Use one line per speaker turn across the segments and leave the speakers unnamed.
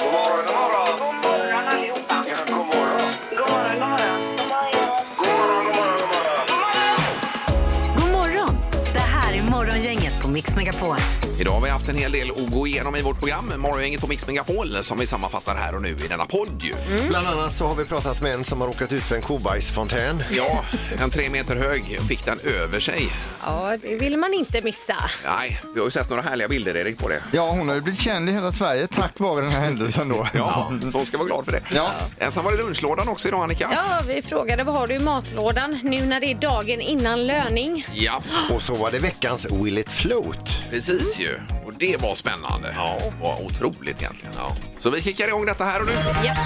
God morgon, god morgon.
God morgon allihopa.
Ja, god morgon.
God morgon, god morgon. God morgon.
God morgon, god morgon, god morgon.
God morgon! Det här är Morgongänget på Mix Megapol.
Idag har vi haft en hel del att gå igenom i vårt program Morgongänget på Mix Megapol som vi sammanfattar här och nu i denna podd ju.
Mm.
Bland annat så har vi pratat med en som har råkat ut för en kobajsfontän.
Ja, en tre meter hög fick den över sig.
Ja, det vill man inte missa.
Nej, vi har ju sett några härliga bilder Erik på det.
Ja, hon har ju blivit känd i hela Sverige tack vare den här händelsen då.
Ja, så hon ska vara glad för det.
Ja.
Eh, Sen var det lunchlådan också idag Annika.
Ja, vi frågade vad har du i matlådan nu när det är dagen innan löning.
Ja,
Och så var det veckans Will it float?
precis ju. Och det var spännande. Ja. Var otroligt egentligen. Ja. Så vi kickar igång detta här och nu.
Japp.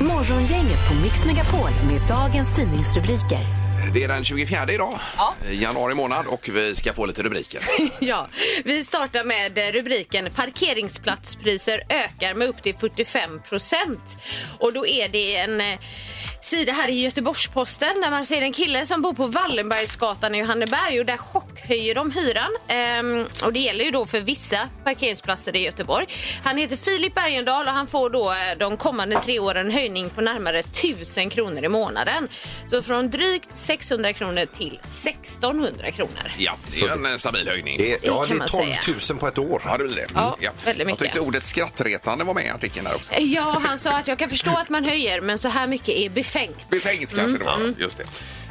Morgongänget på Mix Megapol med dagens tidningsrubriker.
Det är den 24 idag, i januari månad och vi ska få lite rubriker.
Ja, vi startar med eh, rubriken Parkeringsplatspriser ökar med upp till 45 procent. Och då är det en eh, sida här i Göteborgs-Posten där man ser en kille som bor på Wallenbergsgatan i Johanneberg och där chockhöjer de hyran. Ehm, och det gäller ju då för vissa parkeringsplatser i Göteborg. Han heter Filip Bergendahl och han får då eh, de kommande tre åren en höjning på närmare 1000 kronor i månaden. Så från drygt 600 kronor till 1600 kronor.
Ja, det är en eh, stabil höjning.
Det,
Det
ja,
kan
det är
man
12 000 på ett år.
Ja, det blir det.
Ja, väldigt mycket.
Jag tyckte ordet skrattretande var med i artikeln här också.
Ja, han sa att jag kan förstå att man höjer, men så här mycket är befängt.
Befängt kanske det var.
Mm.
Just det.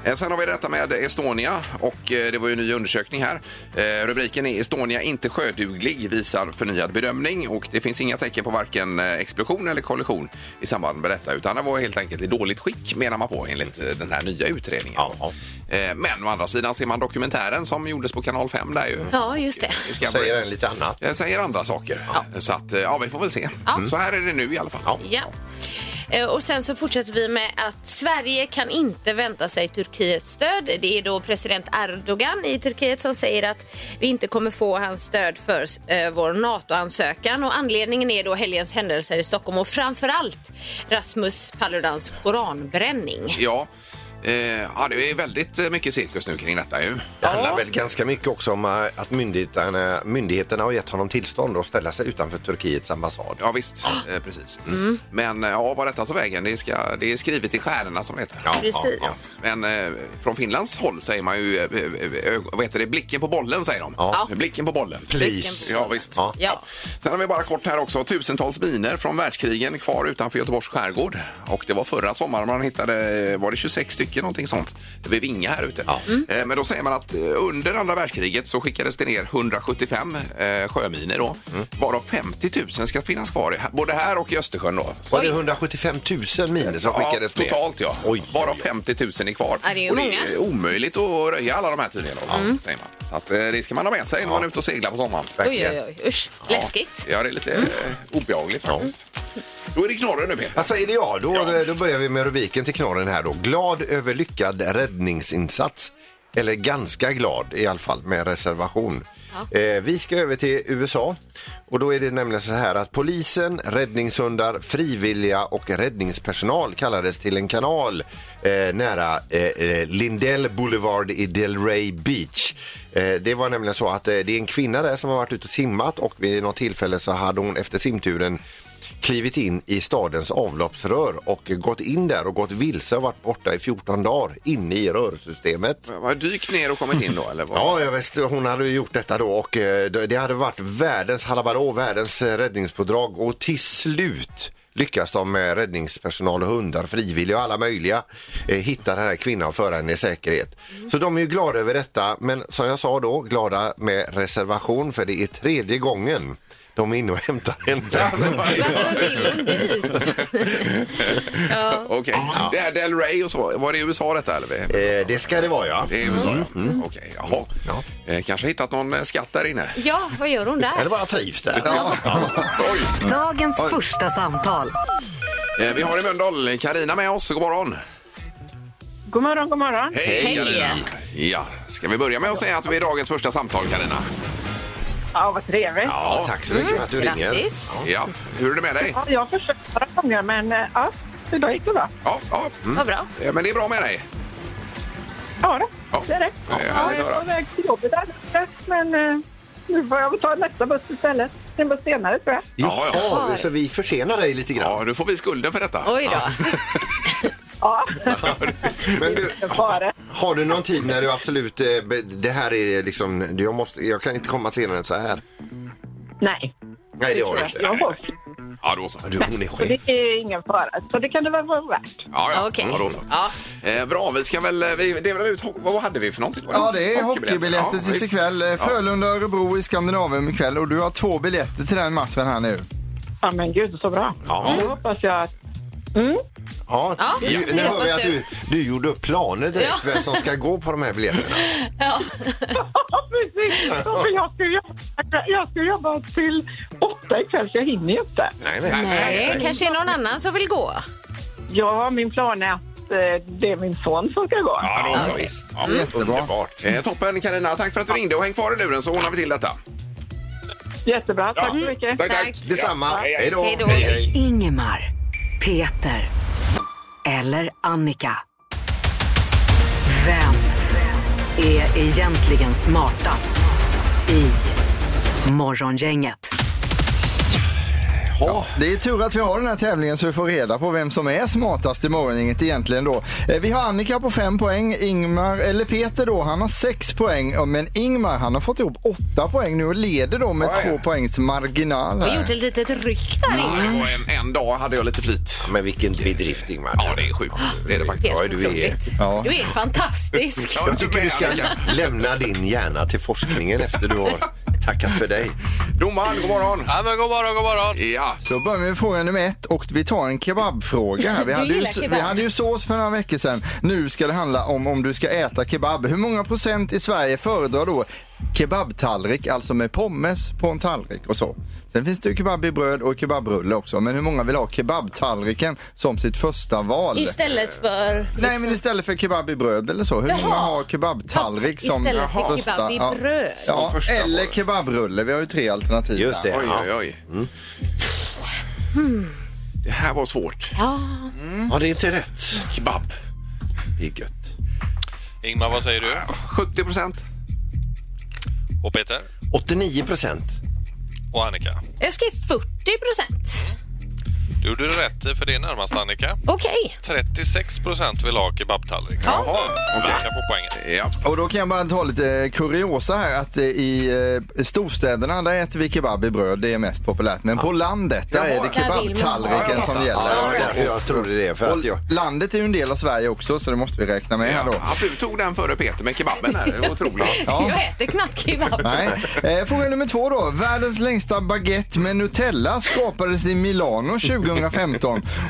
Eh, Sen har vi detta med Estonia och eh, det var ju en ny undersökning här. Eh, Rubriken är Estonia inte sjöduglig visar förnyad bedömning och det finns inga tecken på varken eh, explosion eller kollision i samband med detta utan den var helt enkelt i dåligt skick menar man på enligt eh, den här nya utredningen. Eh, Men å andra sidan ser man dokumentären som gjordes på kanal 5 där ju.
Ja, just det.
Det ska jag
Säger
börja-
en lite annat.
Jag säger andra saker. Så att, eh, ja, vi får väl se.
Ja.
Så här är det nu i alla fall.
Ja. Eh, Och sen så fortsätter vi med att Sverige kan inte vänta sig Turkiets stöd. Det är då president Erdogan i Turkiet som säger att vi inte kommer få hans stöd för eh, vår NATO-ansökan. Och anledningen är då helgens händelser i Stockholm och framförallt Rasmus Paludans koranbränning.
Ja. Eh, ja, det är väldigt eh, mycket cirkus nu kring detta ju.
Det handlar väl ganska mycket också om eh, att myndigheterna, myndigheterna har gett honom tillstånd att ställa sig utanför Turkiets ambassad.
Ja visst,
Ah.
eh, precis.
Mm.
Men eh, ja, var detta tog vägen, det, ska, det är skrivet i stjärnorna som det heter.
Precis.
Men eh, från Finlands håll säger man ju, eh, eh, ö- vad heter det, blicken på bollen säger de.
Ja.
Blicken på bollen.
Please.
Ja visst.
Ja.
Ja.
Sen har vi bara kort här också, tusentals miner från världskrigen kvar utanför Göteborgs skärgård. Och det var förra sommaren man hittade, var det 26 stycken någonting sånt, vid Vinga här ute. Eh, Men då säger man att eh, under andra världskriget så skickades det ner 175 eh, sjöminer då, varav 50 000 ska finnas kvar, i- både här och i Östersjön då.
Var det 175 000 miner som
Ja,
skickades ner?
totalt ja.
Oj,
Varav 50 000 är kvar.
Ja, det är ju
och
många.
det är omöjligt att röja alla de här tydligen. Då, säger man. Så att, eh, det ska man ha med sig när man är ute och seglar på sommaren.
Oj, oj, oj. Usch,
Ja.
läskigt.
Ja, det är lite mm. obehagligt faktiskt. Då är det knorren nu Peter.
Alltså är det jag? Då, då börjar vi med rubriken till knorren här då. Glad över lyckad räddningsinsats. Eller ganska glad i alla fall med reservation. Eh, vi ska över till USA och då är det nämligen så här att polisen, räddningshundar, frivilliga och räddningspersonal kallades till en kanal eh, nära eh, eh, Lindell Boulevard i Delray Beach. Eh, det var nämligen så att eh, det är en kvinna där som har varit ute och simmat och vid något tillfälle så hade hon efter simturen klivit in i stadens avloppsrör och gått in där och gått vilse och varit borta i 14 dagar inne i rörsystemet.
Var dyk ner och kommit in då eller? Vad?
Ja, jag visste, hon hade ju gjort detta då och eh, det det hade varit världens halabalå, världens eh, räddningspådrag och till slut lyckas de med räddningspersonal och hundar, frivilliga och alla möjliga eh, hitta den här kvinnan och föra henne i säkerhet. Så de är ju glada över detta, men som jag sa då, glada med reservation för det är tredje gången de är inne och hämtar henne.
Alltså, ja.
Varför vill hon dit?
Okej, det här Del Rey och så, var det i USA detta eller?
Eh, det ska det vara ja.
Det är i USA ja. Okej, jaha.
Ja.
Eh, kanske hittat någon eh, skatt där inne.
Ja, vad gör hon där?
Eller bara trivs där.
Oj.
Dagens första samtal.
Eh, vi har i Mölndal Karina med oss, god morgon.
God morgon, god morgon.
Hej
Hej.
Karina. Ja, ska vi börja med att säga att vi är dagens första samtal Karina?
Ja, vad trevligt. Ja.
Ja, tack så mycket för att du ringer.
Mm, Grattis!
Ja, hur är det med dig?
jag har försökt några gånger, men eh, ja, idag gick det bra.
Ja, ja.
Vad bra.
Eh, men det är bra med dig?
Ja, då,
Ja.
det är det.
Ja,
Ja,
härligt att
jag är
höra.
på väg till jobbet alldeles strax, men eh, nu får jag väl ta nästa buss istället. Det var senare tror jag.
Ja, ja.
Jaha, så vi försenar dig lite grann.
Ja, nu får vi skulden för detta.
Oj då.
Ja,
Men du,
det var det.
har du någon tid när du absolut, eh, be- det här är liksom, jag, måste, jag kan inte komma senare än så här.
Nej.
Nej, det har du inte.
Jag har
Ja, då så.
Ja, Du, hon är
så
chef.
det är ingen fara. Så det kan det väl vara värt.
Ja, ja.
Okej.
ja, då så.
Ja.
Eh, bra, vi ska väl... eh, Vi delar ut... ho- Vad hade vi för någonting? Var
Ja, det är
hockeybiljetter?
hockeybiljetter tills
visst.
Eh,
ikväll. eh,
Ja.
Frölunda-Örebro i Skandinavien ikväll och du har två biljetter till den matchen här nu.
Ja, men gud så bra.
Ja.
Då hoppas jag att... Mm.
Ja,
Ja,
du,
ja,
nu hör
hoppas
vi att du,
du.
du gjorde upp planer direkt
Ja.
vem som ska gå på de här biljetterna.
Ja.
Ja, precis. Ja, men Jag ska, jobba, jag ska jobba till åtta ikväll så jag hinner ju inte.
Nej, nej.
Nej, kanske är någon annan som vill gå.
Ja, min plan är att eh, det är min son som ska gå.
Ja, då så. Visst. Ja, men
Jättebra.
Underbart. Eh, toppen, Carina. Tack för att du ringde. och Häng kvar i luren så ordnar vi till detta.
Jättebra, tack
Ja.
så mycket.
Tack, tack.
Tack.
Detsamma.
Ja.
Hej då.
Hej då.
Ingemar, Peter eller Annika. Vem är egentligen smartast i Morgongänget?
Ja, det är tur att vi har den här tävlingen så vi får reda på vem som är smartast i morgongänget egentligen då. Eh, Vi har Annika på 5 poäng, Ingmar, eller Peter då, han har 6 poäng. Ja, Men Ingmar han har fått ihop 8 poäng nu och leder då med
Ja, ja.
2 poängs marginal.
Vi
Här.
gjorde ett litet ryck där inne.
Och en, en dag hade jag lite flyt.
Men vilken bedrift, Ingmar.
Ja, det är sjukt. Det är det faktiskt.
Helt
Ja, du är-
otroligt.
Ja.
Du är fantastisk.
Ja,
Jag tycker
men,
du ska
Annika.
lämna din hjärna till forskningen efter du har tackat för dig.
Domaren, god morgon.
Ja, men god morgon, god morgon.
Ja,
Då börjar vi med fråga nummer ett och vi tar en kebabfråga. här. Vi
Du
hade, ju,
gillar kebab.
vi hade ju sås för några veckor sedan. Nu ska det handla om om du ska äta kebab. Hur många procent i Sverige föredrar då kebabtallrik, alltså med pommes på en tallrik och så. Sen finns det ju kebab i bröd och kebabrulle också. Men hur många vill ha kebabtallriken som sitt första val?
Istället för...
Nej, men istället för kebab i bröd eller så. Hur
Jaha.
många har kebabtallrik som
Istället för
jaha,
kebab i
ja.
bröd.
Ja,
Som första
eller
val.
kebabrulle. Vi har ju tre alternativ.
Just
här.
det.
oj,
ja.
oj, oj. Det här var svårt.
Ja,
Ja, det är inte rätt.
Kebab.
Det är gött.
Ingmar, vad säger du?
70 procent.
Och Peter?
89 procent.
Och Annika?
jag skrev 40 procent.
Du gjorde rätt i för det är närmast Annika.
Okej.
36 procent vill ha kebabtallrik.
Ja.
Jaha, okej.
Annika får poängen.
Ja.
Och då kan jag bara ta lite kuriosa här att eh, i eh, storstäderna där äter vi kebab i bröd, det är mest populärt. Men på landet där är det
Där vill man ha. Ja,
kebabtallriken
jag
som
fattar.
gäller.
Ja, det var därför jag trodde det. För att jag...
Och landet är ju en del av Sverige också så det måste vi räkna med här
Ja,
då.
att du tog den före Peter med kebaben här, det var otroligt.
Ja.
Jag äter knappt kebab.
Nej. Eh, Fråga nummer två då. Världens längsta baguette med Nutella skapades i Milano 2015.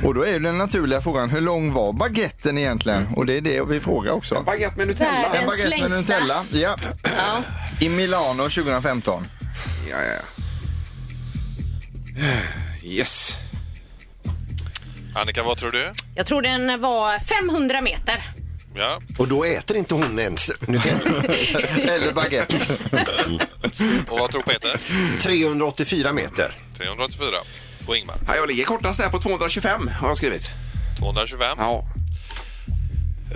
Och då är ju den naturliga frågan, hur lång var baguetten egentligen? Och det är det vi frågar också.
Baguette med Nutella.
Världens-
En baguette med
längsta.
Nutella, ja.
Ja.
I Milano 2015.
Ja, ja. Yes.
Annika, vad tror du?
Jag tror den var 500 meter.
Ja.
Och då äter inte hon ens Nutella.
Eller baguette.
Och vad tror Peter?
384 meter.
384. Och Ingmar?
Ja, jag ligger kortast där på 225 har jag skrivit.
225.
Ja.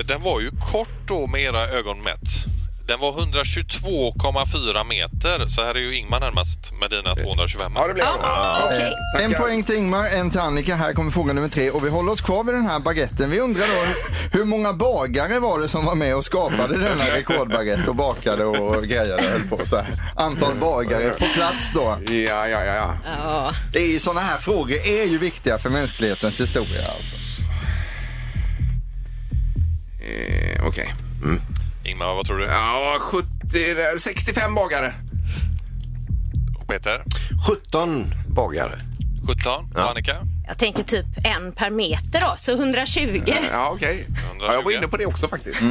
Den var ju kort då med era ögon mätt. Den var 122,4 meter, så här är ju Ingmar närmast med dina 225.
Eh, ja, det blev det.
Okej.
En poäng till Ingmar, en till Annika. Här kommer fråga nummer tre. Och vi håller oss kvar vid den här baguetten. Vi undrar då hur många bagare var det som var med och skapade denna rekordbaguette och bakade och grejade och höll på så här. Antal bagare på plats då.
Ja, ja, ja. ja.
Ja.
Det är ju sådana här frågor är ju viktiga för mänsklighetens historia alltså.
Eh, Okej.
Ingmar, vad tror du?
Ja, 70, eh, 65 bagare.
Och Peter?
17 bagare.
17. Och Annika?
Jag tänker typ en per meter då, så 120.
Ja, okej. Ja, jag var inne på det också faktiskt.
Eh,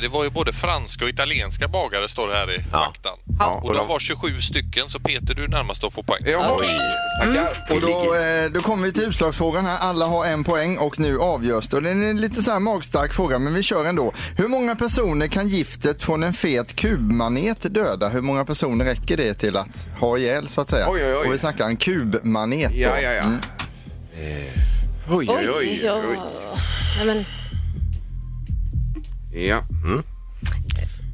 Det var ju både franska och italienska bagare står det här i
Ja.
faktan. Och de var 27 stycken, så Peter du är närmast att få poäng.
Ja,
Okej.
Tackar.
Och då, eh, då kommer vi till utslagsfrågan här. Alla har en poäng och nu avgörs det. Och det är en lite så här magstark fråga men vi kör ändå. Hur många personer kan giftet från en fet kubmanet döda? Hur många personer räcker det till att ha ihjäl så att säga?
Oj, oj, oj.
Och vi snackar en kubmanet då.
Ja, ja, ja. Oj, oj, oj.
ja.
oj.
Nej, men,
Ja.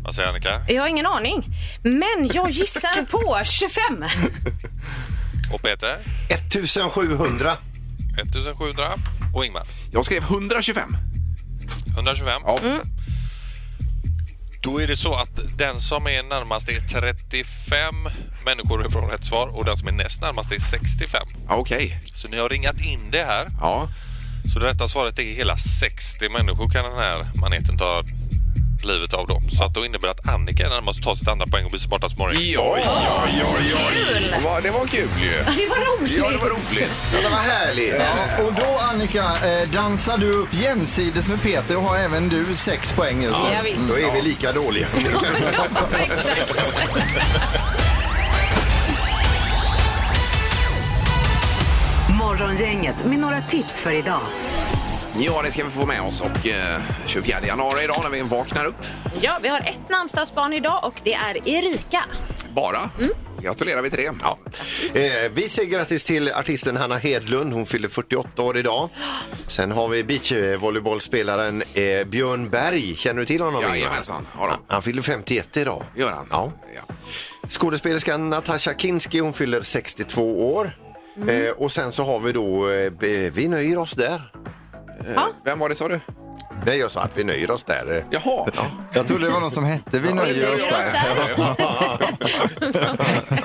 Vad säger Annika?
jag har ingen aning. Men jag gissar på 25.
Och Peter
1700.
1700. Och Ingmar
Jag skrev 125.
125.
Ja.
Då är det så att den som är närmast är 35 människor ifrån rätt svar och den som är näst närmast är 65.
Ja, Okej.
Så ni har ringat in det här.
Ja.
Så det rätta svaret är hela 60 människor kan den här maneten ta livet av dem. Så att då innebär det att Annika är närmast att ta sitt andra poäng och bli smartast morgon.
Oj, oj, oj, oj.
Kul!
Det var, det var kul ju.
Det var roligt!
Ja, det var roligt.
Ja, det var härligt.
Ja, Eh, och då Annika eh, dansar du upp jämsides med Peter och har även du sex poäng just nu.
Ja, visst.
Då är vi lika dåliga.
Ja, exakt.
Morgongänget med några tips för idag.
Ja, det ska vi få med oss. Och eh, 24 januari idag när vi vaknar upp.
Ja, vi har ett namnsdagsbarn idag och det är Erika.
Bara. Gratulerar vi till det. Ja.
Eh, vi säger grattis till artisten Hanna Hedlund. Hon fyller 48 år idag. Sen har vi beachvolleybollspelaren eh, Björn Berg. Känner du till honom? Ingmar?
Jajamensan, har han.
Han fyller 51 idag.
Gör han?
Ja.
ja.
Skådespelerskan Natasha Kinski, hon fyller 62 år. Eh, och sen så har vi då, eh, be- vi nöjer oss där.
Vem var det sa du?
Nej, jag sa att vi nöjer oss där. eh.
Jaha. Ja.
Jag trodde det var någon som hette Vi nöjer oss där.
Ja,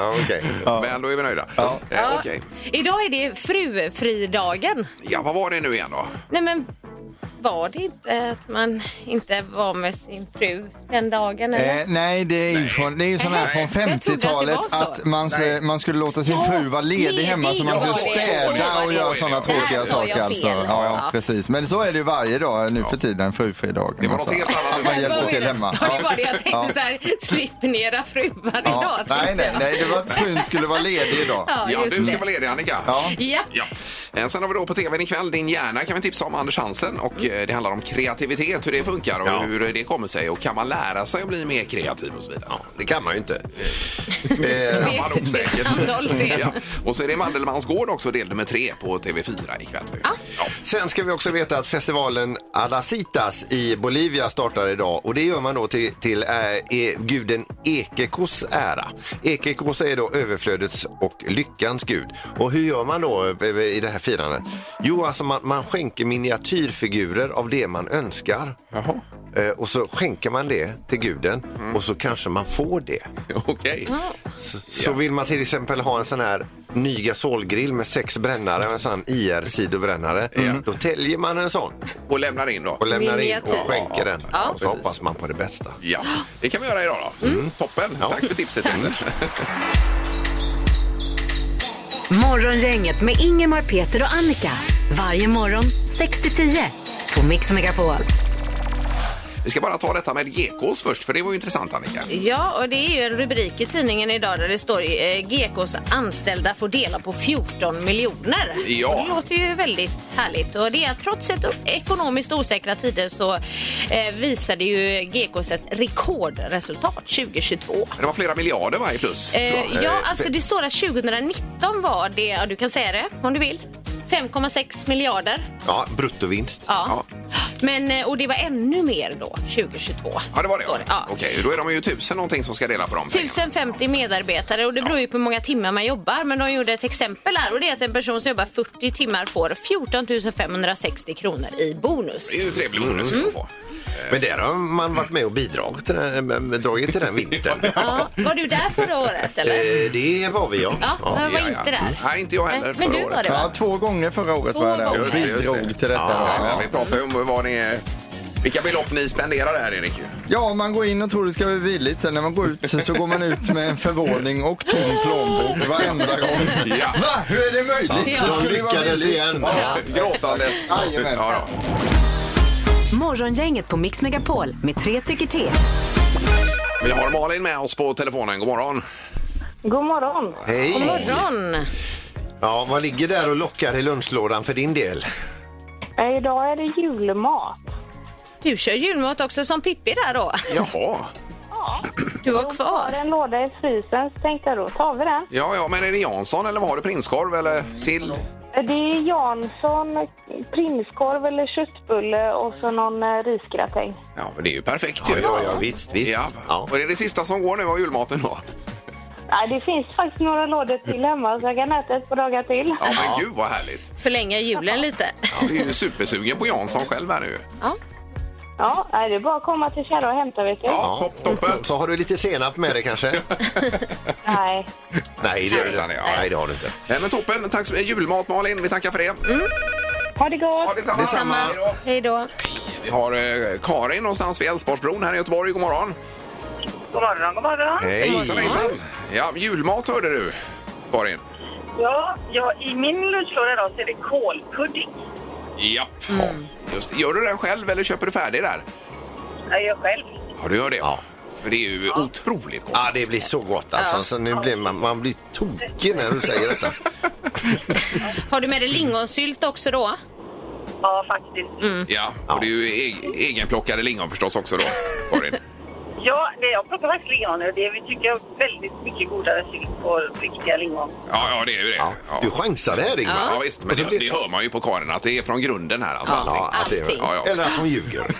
okej.
Men då är vi nöjda. Ja. Eh, Okej.
Idag är det frufridagen.
Ja, vad var det nu igen då?
Nej, men var det inte att man inte var med sin fru den dagen? Eller?
Eh, nej, det är ju från, det är ju sån här
Nej.
från
Jag trodde att det var
50-talet
så.
att, man, se, man skulle låta sin
Ja,
fru vara ledig
ledig
hemma så man
var
skulle
det. Så var
städa
det.
och
Så är
göra sådana
det. Där
tråkiga
sa jag
saker
fel.
alltså. Ja, ja,
Ja.
precis. Men så är det ju varje dag nu för tiden, frufridagen.
Det var
alltså.
något helt annat.
Man hjälper
Vad är
till
det?
hemma.
Ja, det var det jag tänkte så här, slipper ni era fruar idag?
Ja.
tänkte
Nej, nej,
jag.
nej, det var att frun skulle vara ledig idag.
Ja,
Ja,
just
du ska
det.
vara ledig Annika.
Ja.
Ja.
Ja. Eh, Sen har vi då på tvn ikväll Din hjärna kan vi tipsa om Anders Hansen och eh, det handlar om kreativitet, hur det funkar och
Ja.
hur det kommer sig och kan man lära sig att bli mer kreativ och så vidare.
Det kan man ju inte. Eh,
Kan man nog
Det är
säkert.
Sandholt det.
Ja. Och så är det Mandelmans gård också, del nummer tre på TV4 ikväll. Ja.
Sen ska vi också veta att festivalen Adacitas i Bolivia startar idag och det gör man då till, till eh, e, guden Ekekos ära. Ekekos är då överflödets och lyckans gud. Och hur gör man då eh, i det här firandet? Jo, alltså man, man skänker miniatyrfigurer av det man önskar.
Jaha,
Eh, Och så skänker man det till guden och så kanske man får det.
okej.
Så vill man till exempel ha en sån här ny gasolgrill med sex brännare, en sån IR-sidobrännare. Då täljer man en sån
Och lämnar in då.
och lämnar in och
Miniatyr.
skänker den.
Ja.
Och så hoppas man på det bästa.
Ja, det kan vi göra idag då. Mm. Toppen, tack för tipset.
Morgongänget med Ingemar, Peter och Annika. Varje morgon 6 till 10 på Mix Megapol.
vi ska bara ta detta med gekås först, för det var ju intressant Annika.
Ja, och det är ju en rubrik i tidningen idag där det står eh, GKs anställda får dela på 14 miljoner.
Ja.
Och Det låter ju väldigt härligt och det är att trots ett o- ekonomiskt osäkra tider så eh, visade ju GKs ett rekordresultat 2022.
Det var flera miljarder va, i plus. tror jag.
Eh, ja, alltså det står att 2019 var det, ja, du kan säga det om du vill, 5,6 miljarder.
Ja, bruttovinst.
Ja. Men, eh, och det var ännu mer då 2022.
Ja, det var det.
står
Ja. Okej, då är de ju tusen någonting som ska dela på dem.
1050 medarbetare och det beror ju på hur många timmar man jobbar. Men de gjorde ett exempel här och det är att en person som jobbar 40 timmar får 14 560 kronor i
Det är ju
bonus.
en trevlig bonus att få.
Men där har man varit med och bidragit till den, eh, dragit till den vinsten.
Ja, var du där förra året eller?
Eh, Det var vi, ja.
Ja, jag var inte där.
Nej, inte jag heller
Nej,
förra
men du
året.
var det
Ja,
va?
två gånger förra året var jag där och
Just det, just det.
bidrog till detta.
Ja,
då.
men Vi pratar ju om vad ni, vilka belopp ni spenderar här, Erik. ju.
Ja, man går in och tror det ska vara billigt. Sen när man går ut så- så går man ut med en förvåning och tom plånbok varenda gång.
Ja.
Va? Hur är det möjligt?
Ja.
Det
De
skulle ju vara
lyckades
billigt.
igen.
Ja. Gråtandes.
Jajamän.
Ja, då.
Morgongänget på Mix Megapol med tre tycker till.
Vi har Malin med oss på telefonen. God morgon.
God morgon.
God
Hej!
morgon!
Ja, vad ligger där och lockar i lunchlådan för din del?
Eh, Idag är det julmat.
Du kör julmat också som Pippi där då.
Jaha.
Du var
Har
kvar.
en låda i frysen så tänkte jag då tar vi den.
Ja, ja, men är det Jansson eller vad har du? Prinskorv eller sill?
Eh, Det är Jansson, prinskorv eller köttbulle och så någon eh, risgratäng.
Ja, men det är ju perfekt
Ja,
ju.
ja, ja visst, visst.
Ja.
Ja.
Och det är det sista som går nu av julmaten då?
Nej, det finns faktiskt några lådor till hemma så jag kan äta ett par dagar till.
Ja, men gud vad härligt.
Förlänga julen lite.
Ja, vi är ju supersugen på Jansson själv här nu.
Ja.
Ja, nej, det är bara att komma till Kärra och hämta vet du.
Ja, topp, toppen.
Så har du lite senap med dig kanske?
Nej.
Nej, det,
Utan det, ja.
Nej, det har du inte.
Nej, Eh, men toppen, tack så mycket. Julmat Malin, vi tackar för det.
Ha det gott!
Ja, Mm. detsamma.
Detsamma.
Hej då.
Hej då.
Vi har eh, Karin någonstans vid Älvsborgsbron här i Göteborg. God morgon.
God morgon, god morgon.
Hej!
Hejsan, hejsan. Ja, julmat hörde du, Karin.
Ja, ja, i min lunchlåda idag så är det kolpudding.
Japp. Ja, Just, det. gör du den själv eller köper du färdig där?
Jag gör själv.
Ja, du gör det. Ja. För det är ju otroligt gott.
Ja, det blir så gott alltså. Så nu blir man, man blir tokig när du säger detta.
Har du med dig lingonsylt också då?
Ja, faktiskt.
Ja, och det är ju e- egenplockade lingon förstås också då, Karin.
Ja, det, jag plockar faktiskt lingon nu. Det vi tycker jag är väldigt mycket godare sylt på riktiga lingon.
Ja, ja, det är ju det.
Ja.
Ja,
Du chansade här Ingmar.
ja visst. Men
Och så
det,
blir-
det hör man ju på Karin att det är från grunden här alltså.
Ja, att det är,
Allting.
ja, ja. Eller att hon ljuger.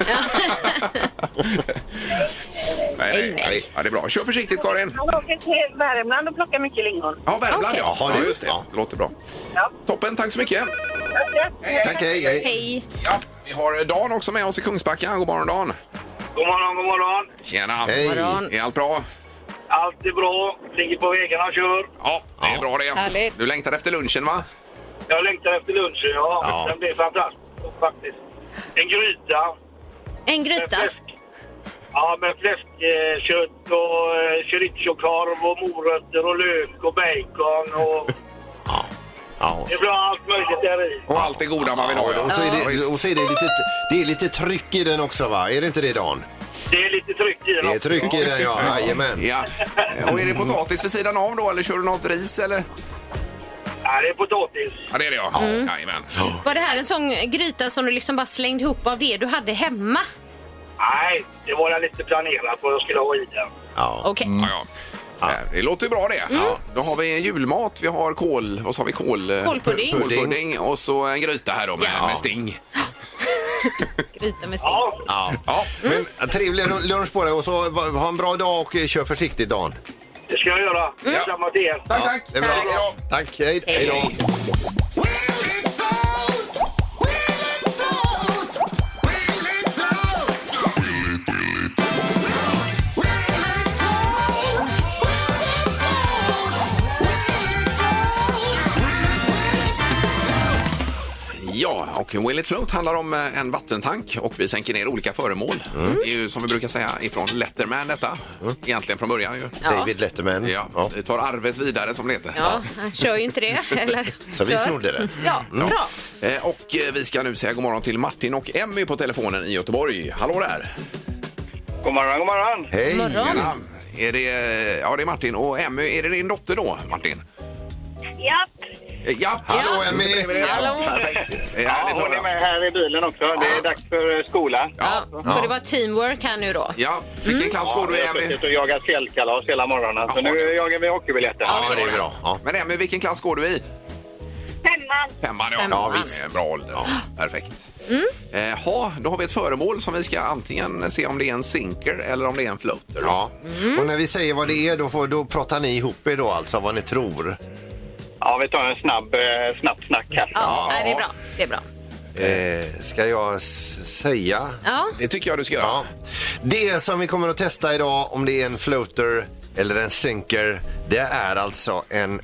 Nej, nej, nej. Ja, det är bra. Kör försiktigt, Karin.
Jag åker till Värmland och plockar mycket lingon.
Ja, Värmland
Okej.
ja. Ja, just det. Det låter bra.
Ja.
Toppen, tack så mycket.
Tack, hej, hej.
Hej.
Ja, vi har Dan också med oss i Kungsbacka. God morgon, Dan.
God morgon, god morgon.
Tjena.
Hej.
Morgon.
Är allt bra?
Allt är bra. Ligger på vägarna och kör.
Ja, det är bra det.
Härligt.
Du längtar efter lunchen, va?
Jag längtar efter lunchen, ja.
Ja.
Den blir fantastisk faktiskt. En gryta.
En
Med
gryta.
fläsk. Ja, med fläskkött och eh, chorizo-korv och morötter och lök och bacon och...
Ja.
Det blir allt möjligt där i.
Och allt det goda man vill ha.
Och så är
Ja,
det,
visst.
och så är det, lite, det är lite tryck i den också va? Är det inte det Dan?
Det är lite tryck i den
Det är
också.
tryck i den ja, jajamän.
Ja. Och är det potatis vid sidan av då, eller kör du något ris, eller?
Ja, det är potatis.
Ja, det är det, ja.
Mm.
Jajamän.
Var det här en sån gryta som du liksom bara slängde ihop av det du hade hemma?
Nej, det var jag lite planerat vad jag skulle ha i den.
Ja.
Okej.
Ja, ja. Eh, Det låter ju bra det.
Mm.
Ja. Då har vi julmat, vi har kol, vad sa vi, kol, eh,
Kolpudding.
kolpudding och så en gryta här då med,
Ja.
med sting.
Gryta med sting.
Ja,
Ja.
Ja.
Mm.
Men ja, trevlig lu- lunch på dig och så va- ha en bra dag och eh, kör försiktigt Dan.
det ska jag göra. Detsamma till er.
Tack, tack.
Det är bra. Tack, hej. hej då.
Ja, och Will It Float handlar om eh, en vattentank och vi sänker ner olika föremål.
Mm.
Det är ju som vi brukar säga ifrån Letterman detta, egentligen från början ju.
David Letterman.
Ja,
Mm. Ja.
vi tar arvet vidare som det heter.
Ja, han kör ju inte det. Eller,
Så vi
kör.
snodde det.
Ja, bra.
Eh, Och eh, vi ska nu säga god morgon till Martin och Emmy på telefonen i Göteborg. Hallå där!
God morgon, god morgon.
Hej.
Morgon.
Tjena. Är det, eh, ja, det är Martin och Emmy, är det din dotter då, Martin?
Japp!
Eh, Ja,
Hallå,
Ja.
Emmy.
Det är vi det.
Hallå.
Perfekt! Det är
Ja,
härligt att
hon är
höra.
med här i bilen också. Det är dags för eh, skolan.
Ja, får det vara teamwork här nu då?
Ja, vilken klass går du i
vi har
Emmy?
suttit och jagat fjällkalas hela morgonen. Så
Jaha.
nu jagar vi hockeybiljetter.
Ja, det är bra. Ja.
Men Emmy, vilken klass går du i?
Femman!
Femman, ja.
Femman.
ja visst. Bra ålder. Ja, perfekt. Eh, ha, då har vi ett föremål som vi ska antingen se om det är en sinker eller om det är en floater.
Ja.
Mm.
Och när vi säger vad det är då, får, då pratar ni ihop er då alltså vad ni tror.
Ja, vi tar en snabb, eh, snabb snack här.
Ja, nej, det är bra. Det är bra.
Eh, ska jag s- säga?
Ja,
Det tycker jag du ska göra.
Ja. Det som vi kommer att testa idag om det är en floater eller en sinker det är alltså en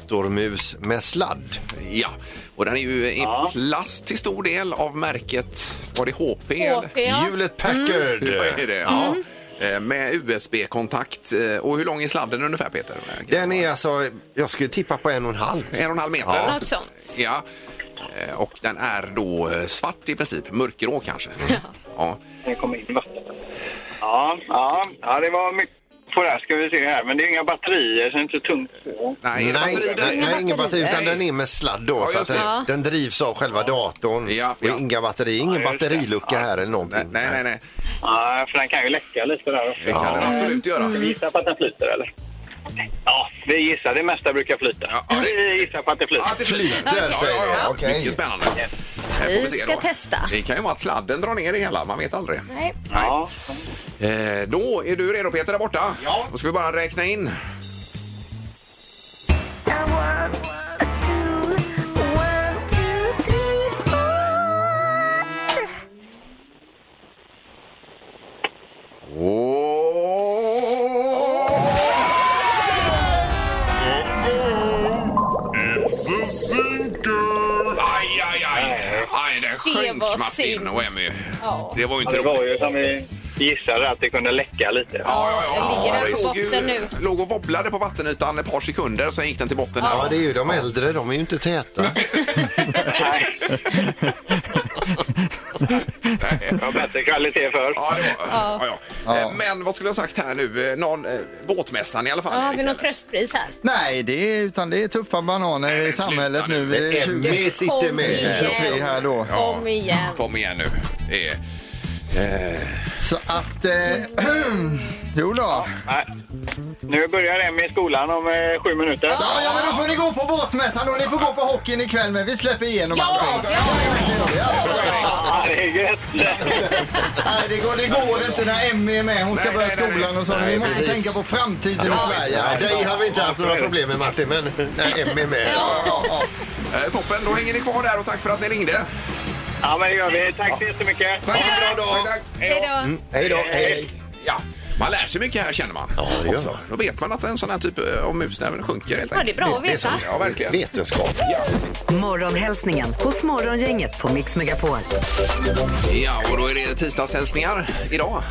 datormus med sladd.
Ja, och den är ju i
Ja.
plast till stor del av märket, var det HP? eller?
HP, ja. Mm.
Hjulet Packard.
Vad är det? Ja. Eh, Med USB-kontakt. Eh, Och hur lång är sladden ungefär Peter?
Den är alltså, jag skulle tippa på en och en halv.
En och en halv meter?
Ja.
Något sånt.
Ja. Eh, Och den är då eh, svart i princip, mörkgrå kanske. Ja.
Det kom in vatten. Ja, ja, ja, det var mycket på det här ska vi se här. Men det är inga batterier så det är inte tungt.
Nej, är det
Nej,
batteri där?
nej, nej, ingen batteri, utan
Nej.
den är med sladd då.
Ja,
så att
just
den,
det.
den drivs av själva datorn.
Ja,
Det är
ja.
inga batteri, ingen
Ja, just det.
batterilucka här eller
Nej,
någonting.
nej, nej, nej.
Ja, för den kan ju läcka lite där
Det
också.
kan den absolut göra.
Mm.
Ska vi gissa på att den flyter eller? Ja, vi gissar. Det mesta brukar flyta.
Ja, ja, det-
Vi gissar på att det
Ja,
flyter.
det flyter.
Flyter,
Ja,
säger
ja, ja.
jag. Okej.
Mycket spännande. Här får
Vi
se
ska
då.
testa.
Det kan ju vara att sladden drar ner det hela, man vet aldrig.
Nej.
Ja.
Eh, då är du redo Peter där borta. Ja. Då ska vi bara räkna in. Aj, aj, aj! Aj, den sjönk
var
Martin
synd.
och Emmy. Det var ju inte
Det
roligt.
var ju som vi gissade att det kunde läcka lite.
Ja, ja, ja.
Den ligger där
Ja,
på
låg ju-
botten nu.
Låg och wobblade på vattenytan ett par sekunder, sen gick den till botten.
Ja,
Ja.
det är ju de äldre, de är ju inte täta.
Det var bättre kvalitet förr.
Ja, det var, ja. Ja. Eh, Men vad skulle jag ha sagt här nu? Eh, Någon, eh, båtmässan i alla fall.
Ja, har
Erik,
vi något
eller?
tröstpris här?
Nej, det är, utan det är tuffa bananer i
men sluta
samhället
nu.
nu. Det är 20.
Emmy sitter
Kom
med.
igen.
tre här då.
Ja.
Kom igen.
Kom igen nu. Det är-
Så att... Eh, jo då.
Nej. Nu börjar Emmy i skolan om eh, sju minuter.
Ja, ja, men då får ni gå på båtmässan och ni får gå på hockeyn ikväll men vi släpper igenom
Ja,
allting.
ja.
Ja, det är gött.
Nej, det går, det går inte när Emmy är med. Hon ska
Nej,
börja
nej, nej, nej.
skolan och så. Vi måste
precis.
tänka på framtiden i Sverige.
Ja, dig har vi inte haft några problem med Martin, men när Emmy är med.
Eh, Toppen, då hänger ni kvar där och tack för att ni ringde.
Ja, men det gör vi. Tack så jättemycket.
Tack, bra dag.
Hej då.
Hej då, hej.
Ja, man lär sig mycket här känner man. Ja,
det gör
Också.
man.
Då vet man att en sån här typ eh, om musnäven sjunker helt
Ja, det är
enkelt.
bra att veta.
Ja, verkligen.
Vetenskap.
Morgonhälsningen hos Morgongänget på Mix Megapol.
Ja, och då är det tisdagshälsningar idag.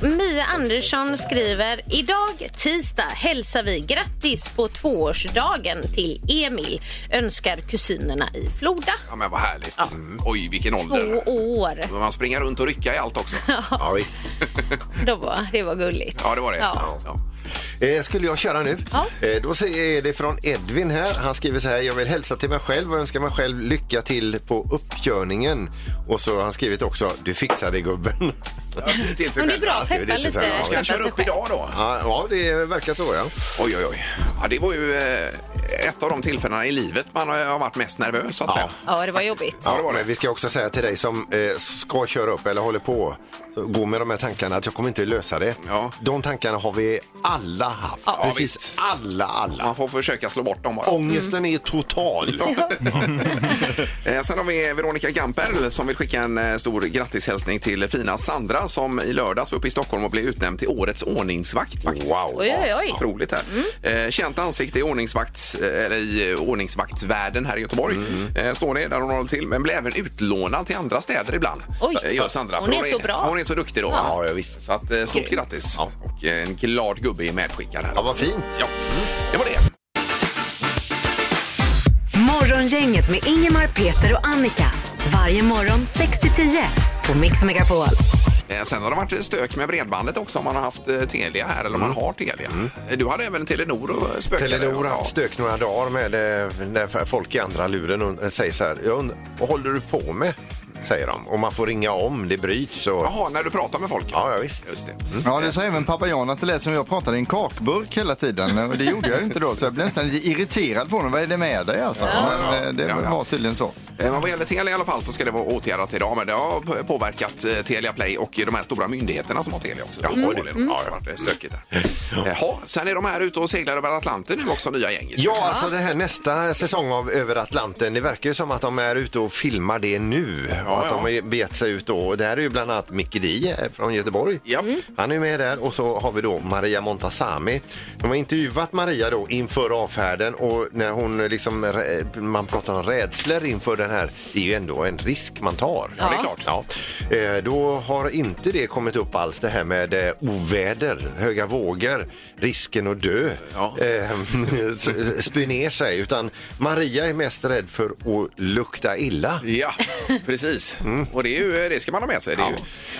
Mm. Mia Andersson skriver Idag tisdag hälsar vi grattis på tvåårsdagen till Emil önskar kusinerna i Floda.
Ja, men vad härligt. Mm. Oj, vilken ålder.
Två år.
Men Man springer runt och rycker i allt också.
Ja, visst.
Då var, det var gulligt.
Ja, det var det.
Ja.
Ja.
Eh, skulle jag köra nu?
Ja.
Eh, då säger- är det från Edvin här. Han skriver så här. Jag vill hälsa till mig själv och önska mig själv lycka till på uppkörningen. Och så har han skrivit också. Du fixar det gubben.
Till sig
Men det är
själv.
bra att
skriver
peppa
lite
lite.
så här, ja.
Ska
peppa
jag köra
sig
upp
själv.
idag då?
Ja, ja det verkar så ja.
Oj, oj, oj. Ja, det var ju eh, ett av de tillfällena i livet man eh, har har varit mest nervös, så att säga.
Ja, det var jobbigt.
Ja, men vi ska också säga till dig som eh, ska köra upp eller håller på, så gå med de här tankarna att jag kommer inte lösa det.
Ja.
De tankarna har vi alla haft.
Ja,
Precis
visst.
alla, alla.
Man får försöka slå bort dem bara.
Ångesten är total.
Eh, Sen har vi Veronica Gamperl som vill skicka en eh, stor grattishälsning till fina Sandra som i lördags var uppe i Stockholm och blev utnämnd till Årets ordningsvakt. Faktiskt. Wow!
Oj, oj, Mm. oj.
Otroligt här. Eh, Känt ansikte i, ordningsvakts, eh, eller i eh, ordningsvaktsvärlden här i Göteborg.
Mm,
Eh, Står det där hon håller till, men blev även utlånad till andra städer ibland.
Oj.
Eh, Just Sandra.
Hon
För
är så bra.
Hon är så duktig då.
Ja, ja, visst.
Så att, eh, stort grattis! Och eh, en glad gubbe är medskickad här.
Ja, vad fint. Mm.
Ja, det var det.
Morgongänget med Ingemar, Peter och Annika. Varje morgon 6-10 på Mix Megapol.
Eh, Sen har det varit stök med bredbandet också om man har haft eh, Telia här eller om man har Telia. Eh, Du hade även Telenor och spökade.
Mm. Telenor har
Ja.
haft stök några dagar med eh, när folk i andra luren och, eh, säger så här. Jag und- vad håller du på med? Säger de. Och man får ringa om, det bryts och...
Jaha, när du pratar med folk?
Ja, ja, visst. Mm.
Just det.
Ja, det sa även pappa Jan att det lät som jag pratade i en kakburk hela tiden. Men det gjorde jag ju inte då, så jag blev nästan lite irriterad på honom. Vad är det med dig alltså? Men eh, det
Ja, ja.
var tydligen så.
Eh, Men vad gäller Telia i alla fall så ska det vara åtgärdat idag. Men det har p- påverkat eh, Telia Play och de här stora myndigheterna som har Telia också. Mm. Ja, det har varit eh, stökigt där. Jaha, sen är de här ute och seglar över Atlanten nu också, nya gänget.
Ja, alltså det här nästa säsong av Över Atlanten, det verkar ju som att de är ute och filmar det nu.
Ja,
och att
ja.
de har begett sig ut då. Och det här är ju bland annat Mickey D eh, från Göteborg.
Ja. Mm.
Han är med där och så har vi då Maria Montazami. De har intervjuat Maria då inför avfärden och när hon liksom, rä- man pratar om rädslor inför den här, det är ju ändå en risk man tar.
Ja, det är klart.
Ja. Eh, Då har inte det kommit upp alls det här med eh, oväder, höga vågor, risken att dö,
Ja.
eh, s- s- spy ner sig. Utan Maria är mest rädd för att lukta illa.
Ja, precis.
Mm.
Och det, är ju, det ska man ha med sig. Det är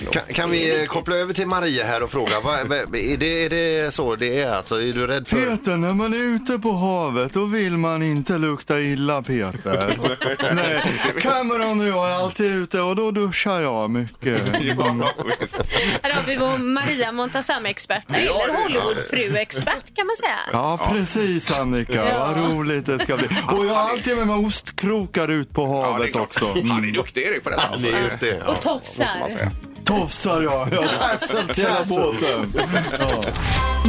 ju...
Kan, kan vi eh, koppla över till Maria här och fråga, vad, vad, är, det, är det så det är? Alltså, är du rädd för...
Peter, när man är ute på havet då vill man inte lukta illa Peter. Nej, Cameron och jag är alltid ute och då duschar jag mycket.
Här har vi vår Maria Montazami-expert, eller Hollywoodfru-expert kan man säga.
Ja, precis Annika.
Ja.
Vad roligt det ska bli. Och jag har alltid med mig ostkrokar ut på
Ja, det är
havet
klart.
också.
Han är duktig Erik på detta. alltså.
det är just det.
Och tofsar.
Mm.
man säga.
tofsar jag. Jag tassar till hela båten. Ja.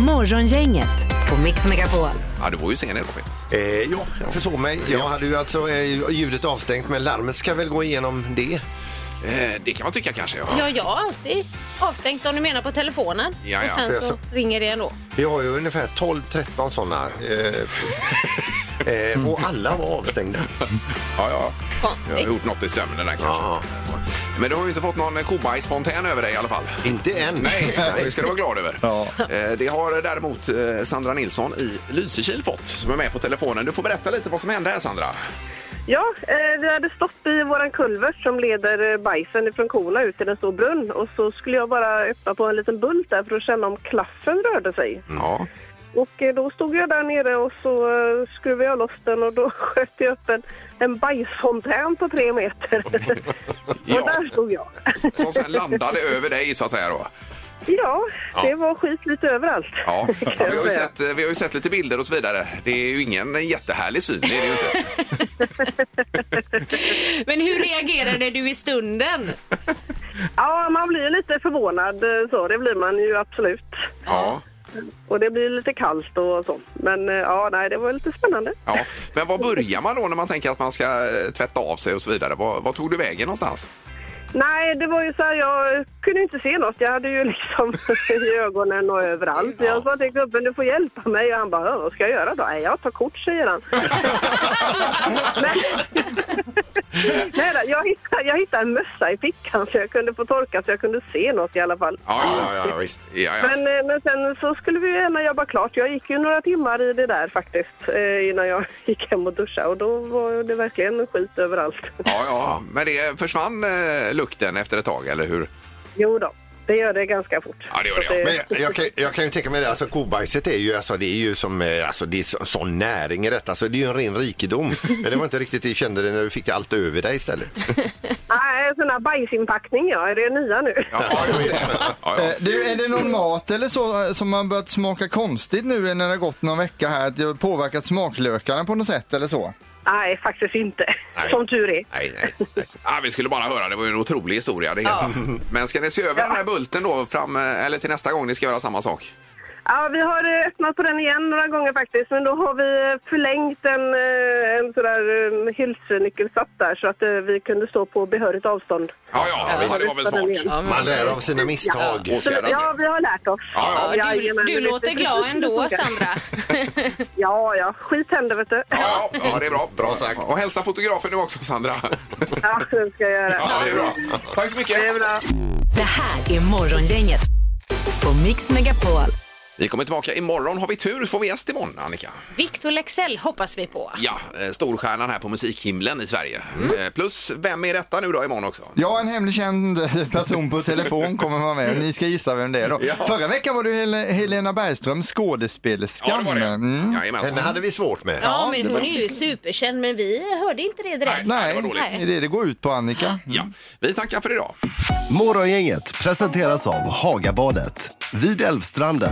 Morgongänget på Mix Megapol.
Ja, du var ju sen idag Peter.
Eh, ja, jag försov mig. Jag hade ju alltså eh, ljudet avstängt, men larmet ska väl gå igenom det.
Eh, Det kan man tycka kanske. Ja.
Ja, jag har alltid avstängt om du menar på telefonen.
Ja, ja.
Och sen
Det är så.
så ringer det ändå.
Vi har ju ungefär 12-13 sådana. Eh, eh, och alla var avstängda.
Ja, ja. Jag har
Konstigt.
gjort något i stämmen där kanske. Men du har ju inte fått någon kobajsfontän över dig i alla fall.
Inte än.
Nej, det ska du vara glad över.
Ja.
Eh, Det har däremot eh, Sandra Nilsson i Lysekil fått, som är med på telefonen. Du får berätta lite vad som hände här, Sandra.
Mm. Ja, eh, vi hade stått i våran kulvert som leder eh, bajsen från korna ut till en stor brunn och så skulle jag bara öppna på en liten bult där för att känna om klaffen rörde sig.
Ja.
Och eh, då stod jag där nere och så eh, skruvade jag loss den och då sköt jag upp en, en bajsfontän på tre meter. Och där stod jag.
Som sen landade över dig, så att säga. Då.
Ja,
Ja.
det var skit lite överallt.
Ja.
kan jag
Vi, har ju
säga.
sett, eh, vi har ju sett lite bilder och så vidare. Det är ju ingen jättehärlig syn. Det är det ju inte.
Men hur reagerade du i stunden?
Ja, man blir lite förvånad eh, så, det blir man ju absolut.
Ja.
Och det blir lite kallt och så. Men eh, ja, nej, det var lite spännande.
Ja. Men var börjar man då när man tänker att man ska eh, tvätta av sig och så vidare? Var, var tog du vägen någonstans?
Nej, det var ju så här, jag kunde inte se något. Jag hade ju liksom i ögonen och överallt. Så Jag sa till gubben, du får hjälpa mig. Och han bara, "Ja, vad ska jag göra då? Nej, jag tar kort, säger han. Men... Nej då, jag hittade, jag hittade en mössa i fickan så jag kunde få torka så jag kunde se något i alla fall.
Ja, ja, ja, ja visst. Ja, ja.
Men, eh, men sen så skulle vi ju gärna jobba klart. Jag gick ju några timmar i det där faktiskt eh, innan jag gick hem och duschade och då var det verkligen skit överallt.
Ja, ja. Men det försvann eh, lukten efter ett tag, eller hur?
Jo då, det gör det ganska fort.
Ja, det gör det,
Så
ja.
Men jag, jag, kan, jag kan ju tänka mig det, alltså kobajset är ju, alltså, det är ju som, eh, alltså det är så, sån näring i detta, alltså det är ju en ren rikedom. Men det var inte riktigt det du kände det när du fick det allt över dig istället.
Nej, sån här bajsinpackning ja. Är det nya nu?
Ja, ja, just det. ja,
Eh,
ja.
Du, är det någon mat eller så eh, som man börjat smaka konstigt nu när det har gått någon vecka här? Att det har påverkat smaklökarna på något sätt eller så?
Nej, faktiskt inte.
Nej.
Som tur är.
Nej, nej, nej. Ja, vi skulle bara höra, det var ju en otrolig historia. Det hela. Men ska ni se över den här bulten då, fram, eh, eller till nästa gång ni ska göra samma sak?
Ja, vi har eh, öppnat på den igen några gånger faktiskt, men då har vi eh, förlängt en, eh, en sån där eh, hylsenyckelsats där så att eh, vi kunde stå på behörigt avstånd.
Ja, ja, ja det var väl smart.
Ja, men-
Man lär av sina misstag.
Så,
Åtgärdat
ja,
det.
vi har lärt oss.
Ja,
Ja, du,
Jajamän,
du
det är
låter
lite-
glad ändå,
funkar.
Sandra.
Ja, ja. Skit händer, vet du.
Ja, ja, ja, det är bra. Bra sagt. Och hälsa fotografen nu också, Sandra.
Ja, det ska jag göra.
Ja, det är bra. Tack så mycket.
Det här är Morgongänget på Mix Megapol.
Vi kommer tillbaka imorgon. Har vi tur får vi gäst imorgon, Annika.
Victor Lexell hoppas vi på.
Ja, eh, storstjärnan här på musikhimlen i Sverige. Eh, Plus, vem är detta nu då imorgon också?
Ja, en hemlig känd eh, person på telefon kommer vara med. Ni ska gissa vem det är då. Förra veckan var det Hel- Helena Bergström, skådespelerskan.
Ja, det var det.
Mm.
Henne
Jajamensan.
hade vi svårt med.
Ja, men hon är ju superkänd, men vi hörde inte det direkt.
Nej, det
Nej,
var dåligt.
det är det det går ut på Annika. Mm.
Ja, Mm. vi tackar för idag.
Morgongänget presenteras av Hagabadet, vid Älvstranden